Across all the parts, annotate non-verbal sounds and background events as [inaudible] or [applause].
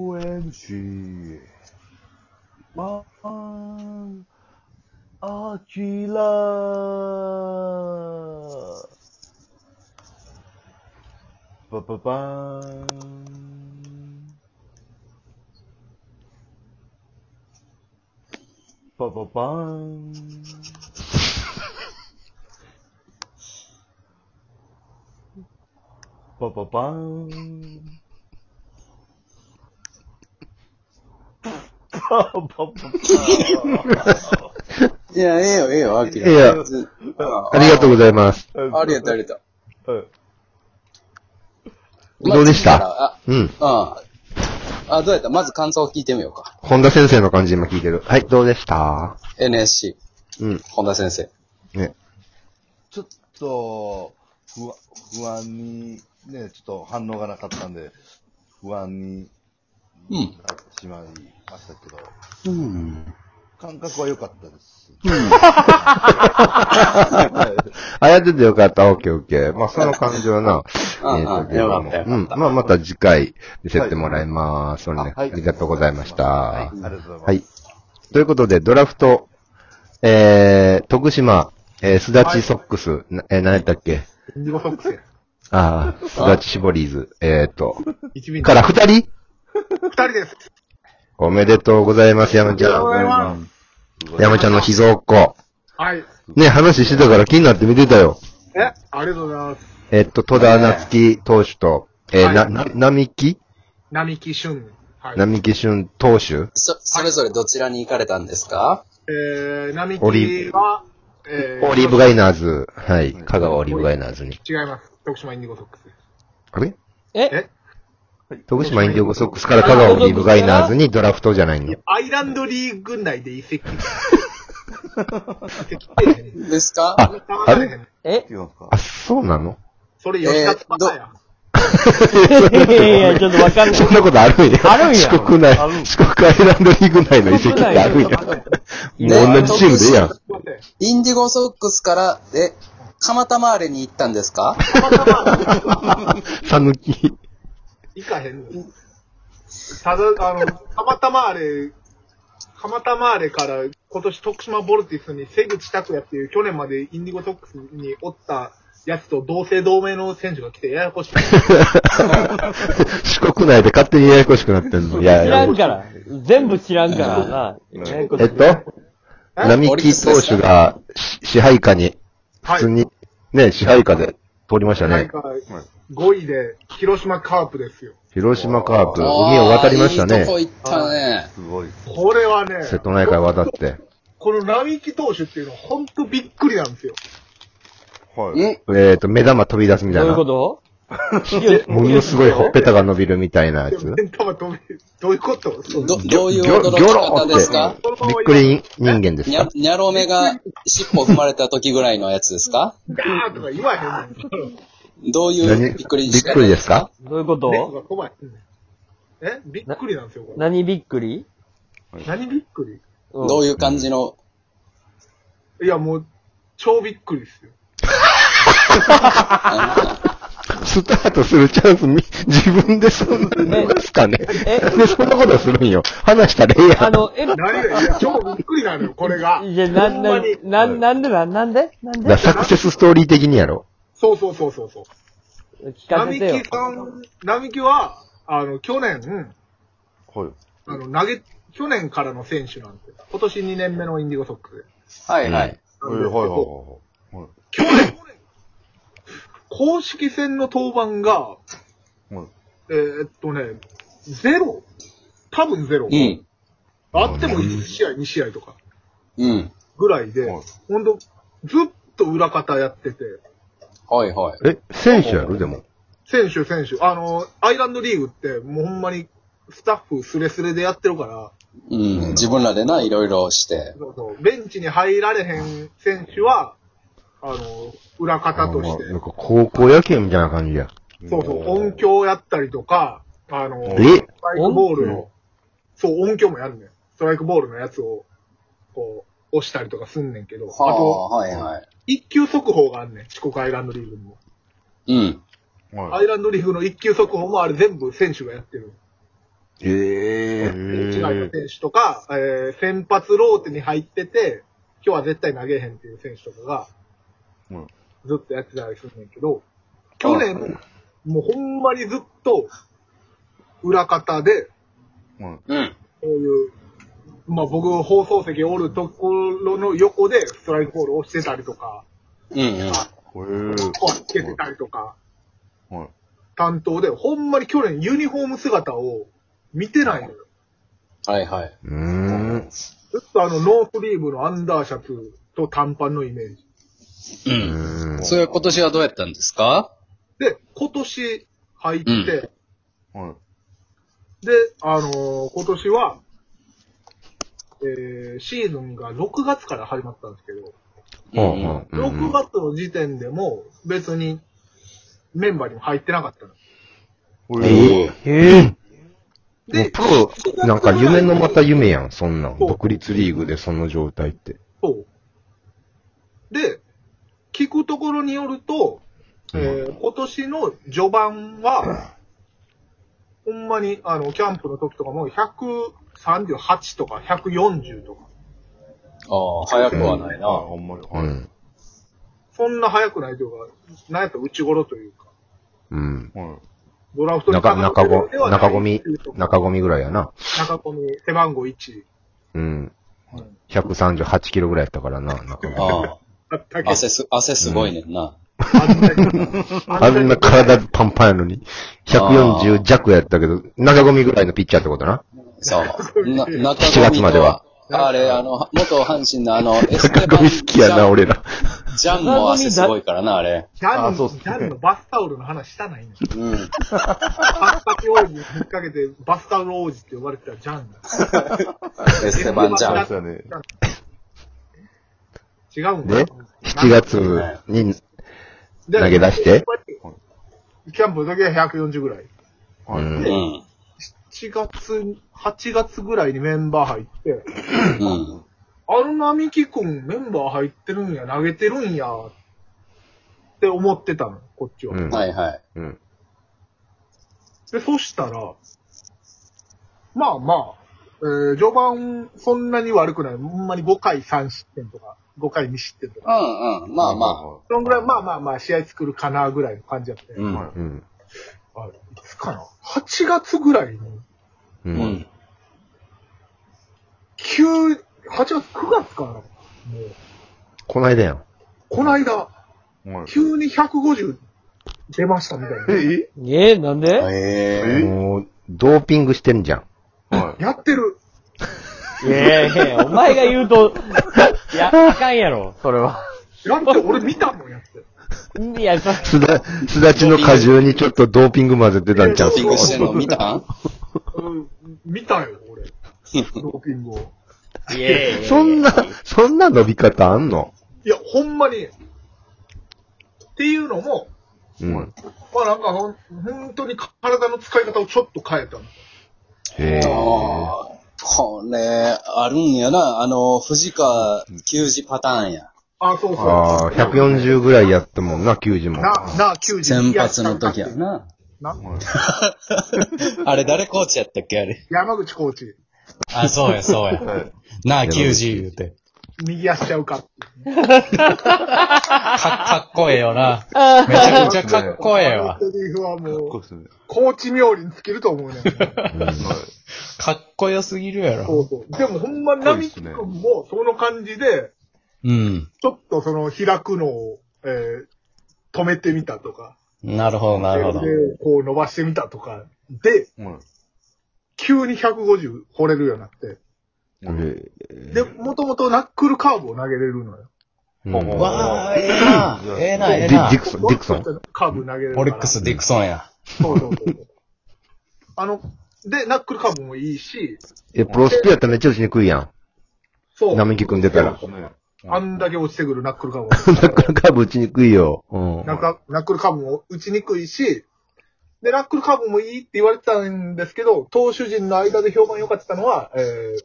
OMC。ワン、アキラー。バババーン。バババーン。バババーン。 [laughs] バババいや、ええよ、ええよ、アキラ。ええよ別にあありがとうございます。ーン。ありがとう、ありがとうん。う。どうでしまたあうん次。からあ、うん。あ、どうやったまず感想を聞いてみようか。本田先生の感じ今聞いてる。はい、どうでした NSC、うん。本田先生。ね。ちょっと、不安、不安に、ね、ちょっと反応がなかったんで、不安にうん。なってしまいましたけど、うん。感覚は良かったです。あ、やっててよかった。オッケーオッケー。まあ、その感じはうな。んえうんよかったよかったうん。まあ、また次回見せてもらいます。それね。はあいりがとうございました。はい、ありがとうございます。はい。ということで、ドラフト、えー、徳島、えー、すだちソックス、なえー、何やったっけインディゴソックスや。 [laughs] ああ、すだち絞りーズ、えーと、一ミから二人二人です。おめでとうございます、山ちゃん。ます。山ちゃんの秘蔵っ子。はい。ね、話してたから気になって見てたよ。え、ありがとうございます。えっと、戸田夏樹投手と、えー、な、な、並木並木俊。はい。並木俊投手そ、それぞれどちらに行かれたんですかえー、並オリ木は、えオリーブガイナーズ。はい。香川オリーブガイナーズに。違います。徳島インディゴソックスです。あれえ徳島インディゴソックスから香川オリーブガイナーズにドラフトじゃないの。アイランドリーグ内で移籍。移籍ってねですかあ、あれえ違うんですかあ、そうなのそれ吉田翼や。いやいや、ちょっとわかんな [laughs] いそん。なことあるんや。あるんや四国内、四国アイランドリーグ内の遺跡ってあるんや。もう同じチームでいいやん。 [laughs] すいません。インディゴソックスから、え、蒲田マーレに行ったんですかさぬき。行かへんのただ、あの、たまたまあれ、たまたまあれから、今年徳島ボルティスに瀬口拓也っていう去年までインディゴソックスにおったやつと同姓同名の選手が来てややこしい。 [laughs] 四国内で勝手にややこしくなってんの。いや知いらやん。から。全部知らんからな。ねこえっと、並木投手がし支配下に、は普い通に、ね、支配下で通りましたなんね。か、5位で広島カープですよ。広島カープ、海を渡りましたあーいいとねこ。行ったね。すごいです。これはね、瀬戸内海渡って。この並木投手っていうのは本当びっくりなんですよ。はい。んえっと、目玉飛び出すみたどいういうなこ。とものすごいほっぺたが伸びるみたいなやでつ。も、目玉飛び、どういうことそのど、どういうギョ驚ギきョロ方ってですかそのまびっまくり人間ですにゃか、にゃろめが尻尾踏まれた時ぐらいのやつですかガーとか言わへんの。どういうびっくりびっし方くりですかどういうこと猫が怖い。えびっくりなんですよ、これ。何びっくり何びっくりうんどういう感じの、いや、もう、超びっくりですよ。スタートするチャンスみ、自分でそんなにですかねえなんでそんなことするんよ。話したらええやあん。の、え、何が、いや、超びっくりなのよ、これが。じゃ、な、ほんまなに、。な、なんでなんなんでなんでだサクセスストーリー的にやろ。そうそうそうそうそう。聞か並せてよ木。さん、並木は、あの、去年、はい。あの、投げ、去年からの選手なんて、今年2年目のインディゴソックスで。はいえはい。なんですけーどはいはいはいはい。去年、公式戦の登板が、はい。えーっとね、ゼロ多分ゼロ。うん。あっても1試合、2試合とか。うん。ぐらいで、はいほんと、ずっと裏方やってて、はいはい。え、選手やろでも。選手選手、あの、アイランドリーグって、もうほんまに、スタッフスレスレでやってるから、うん。自分らでな、いろいろして。そうそうベンチに入られへん選手は、あの、裏あ方もとうして、なんか高校野球みたいな感じや。そうそう、音響やったりとか、あの、スえトライクボールを、そう、音響もやるねん。ストライクボールのやつを、こう、押したりとかすんねんけど、あはあ、と、はいはい。一級速報があんねん、四国アイランドリーグにも。うん。はアイランドリーグの一級速報もあれ全部選手がやってる。ええ違いの選手とか、えー先発ローテに入ってて、今日は絶対投げへんっていう選手とかが、い。うん。ずっとやってたりするんだけど、去年、もうほんまにずっと、裏方で、うん。うん。こういう、まあ僕、放送席おるところの横で、ストライクボールをしてたりとか、うんうん。これ、コアつけてたりとか、はい。担当で、ほんまに去年ユニフォーム姿を見てないのよ。はいはい。うーん。ずっとあの、ノースリーブのアンダーシャツと短パンのイメージ。う。うんーんそれは今年はどうやったんですかで、今年入って、うんで、はい。あのー今年は、えー、シーズンが6月から始まったんですけど、ほうほううんうん6月の時点でも別にメンバーにも入ってなかったの。こえれ、えええもうで、プロ、なんか夢のまた夢やん、そんなん。そう独立リーグでその状態って。そう。で、聞くところによると、えー今年の序盤 [coughs] は、ほんまに、あの、キャンプの時とかも138とか140とか、ああ、早くはないあ、ほんまに。うはい。ん。そんな早くないというか、なんやったら内頃というか、うん。はい。ドラフトに中、中ごで、はない中ごみというと、こ中ごみぐらいやな。中込み、背番号1うんはい。 138キロぐらいやったからな、中込み。あだっあ、たけど、汗す、汗すごいねんな。あんなにあんな体パンパンやのに、140弱やったけど、中込みぐらいのピッチャーってことな。そう。な、中7月までは。あれ、あの、元阪神のあの、エステ [laughs] 中バ込ンみ好きやな、。俺ら。ジャンジャンも汗すごいからな、あれ。ジャンあそうの、っすねジャンのバスタオルの話したないん [laughs] ですよ。うん。バスタオル王子に引っ掛けて、バスタオル王子って呼ばれてたジャン。エステバンジャあン。そうやね。違うんだでよ。、 7月に、で投げ出して。キャンプの時は140ぐらい。はう。い。うんん。 7月、8月ぐらいにメンバー入って、うん。アルナミキ君メンバー入ってるんや、投げてるんや、って思ってたの、こっちは。うんはいはい。うん。で、そしたら、まあまあ、えー序盤そんなに悪くない。ほんまに5回3失点とか、5回2失点とか。うんうん。まあまそのぐらい、まあまあまあ、試合作るかな、ぐらいの感じだったよあ。う。ん。はうん。あいつかな ?8 月ぐらいに、ううんん。急、8月、9月かなもう、こないだやん。こないだ、い。はい。急に150出ましたみたいな。え、えええなんでええ。えもう、ドーピングしてんじゃん。はやってる。ええお前が言うと、いや、あかんやろ、それは。やって、俺見たもん、やって。いや、そすだ、すだちの果汁にちょっとドーピング混ぜてたんちゃうドーピングしてんの見たんうん、見たよ、俺。ドーピングを。いやいやいやそんな、そんな伸び方あんのいや、ほんまに。っていうのも、うん。まあなんかほん、本当に体の使い方をちょっと変えたの。へえ。ああ。これ、あるんやな。あの、藤川球児パターンや。あ、そうそう。ああ、140ぐらいやったもんな、90も。な、な、90。先発の時やな。な。 [laughs] あれ、誰コーチやったっけあれ。山口コーチ、あ、そうや、そうや。い。 [laughs] なあ、球児言うて。右足ちゃうか。か、かっこええよな。あめちゃくちゃかっこえあのセリフはもこうう、ですね。コーチ冥利に尽きると思うね。 [laughs] はい。かっこよすぎるやろそうそう。でもほんま、かっこいい並っす木ね君もその感じで、うん。ちょっとその開くのを、えー止めてみたとか、なるほど、なるほど。腕をこう伸ばしてみたとか、で、はい。急に150掘れるようになって。えで、もともとナックルカーブを投げれるのよ。うんほうほうほうわあ、ええな。ええな、ええディなディ。クソン、ディクソン。カーブ投げれるから。オリックス・ディクソンや。そうそうそう。あの、で、ナックルカーブもいいし、え、プロスピやったらめっちゃ打ちにくいやん。そう。並木くん出たら。そうですね。あんだけ落ちてくるナックルカーブ。 [laughs] なかなか打ちにくいよ。うん。ナックルナックルカーブも打ちにくいし、で、ナックルカーブもいいって言われてたんですけど、投手陣の間で評判良かったのは、えー、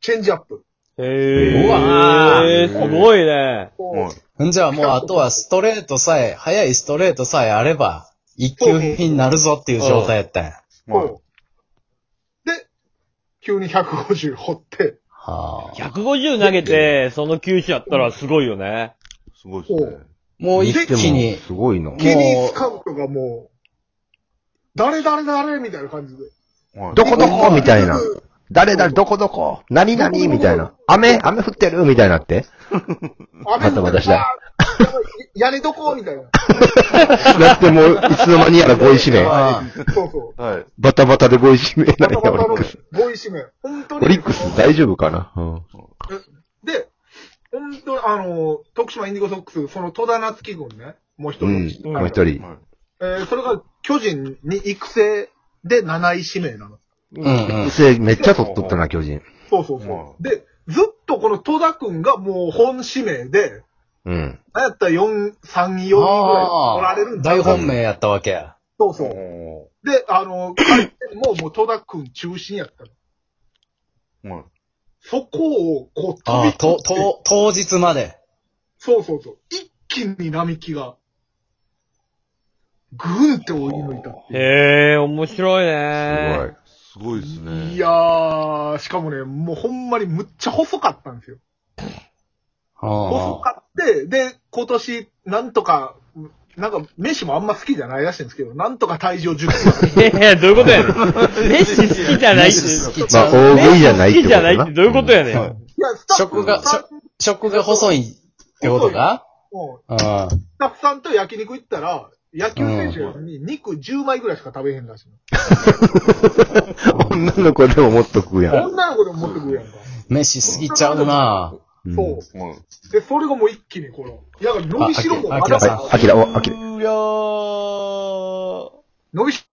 チェンジアップ。へえ。うわーええすごいね。はい。んじゃあもう、あとはストレートさえ、速いストレートさえあれば、一級品になるぞっていう状態やったんや。はいそう。で、急に150掘って、はあ。 150投げて、その球種やったらすごいよね。すごいですね。もう一気にしてにも、すごいな。ケニースカウトがもう、誰誰誰みたいな感じで。はいどこどこみたいな。誰々どこどこ何々みたいな。雨雨降ってるみたいなって。雨また私だあーやばいやれどこみたいな。だってもう、いつの間にやら5位指名。あそうそう。はい。バタバタで5位指名バなんタや、バタオリックのス。ボイシメ。本当オに。リックス大丈夫かなうん。で、本当にあの、徳島インディゴソックス、その戸田夏樹軍ね、もう一う人。ん。もう一人。はいえーそれが巨人に育成で7位指名なの。うんうん。せめっちゃ取っとったな、巨人。そうそうそう。で、ずっとこの戸田君がもう本指名で、うん。なんやったら4、3位、4位ぐらい取られるんだ大よ。本命やったわけや。そうそう。で、あの、回転ももう戸田君中心やったの。はい。そこをこう飛あびあ、切っと、てと、当日まで。そうそうそう。一気に並木が、ぐーんって追い抜いたっていう。へえ、面白いすすごごいね。。いですね。いやー、しかもね、もうほんまにむっちゃ細かったんですよ。細はあ。かって、で、今年、なんとか、なんか、メッシもあんま好きじゃないらしいんですけど、なんとか体重10キロ。いやい [laughs] や、どういうことやねん。 [laughs] メッシ好きじゃないって。好きちまあ、ゃう大食いじゃない好ってこときじゃだないなってどういうことやねん。いや、スタッフ食がさん食が細いってことかもううん。あスタッフさんと焼肉行ったら、野球選手やのに肉10枚ぐらいしか食べへんらしいの。女の子でも持っとくやん。女の子でも持ってくるやんか。飯過ぎちゃうなうんそう。はい。で、それがもう一気にこの、いや、伸びしろもああまきらだあきらさんはい、アキラ、お、アキラ。終了伸びし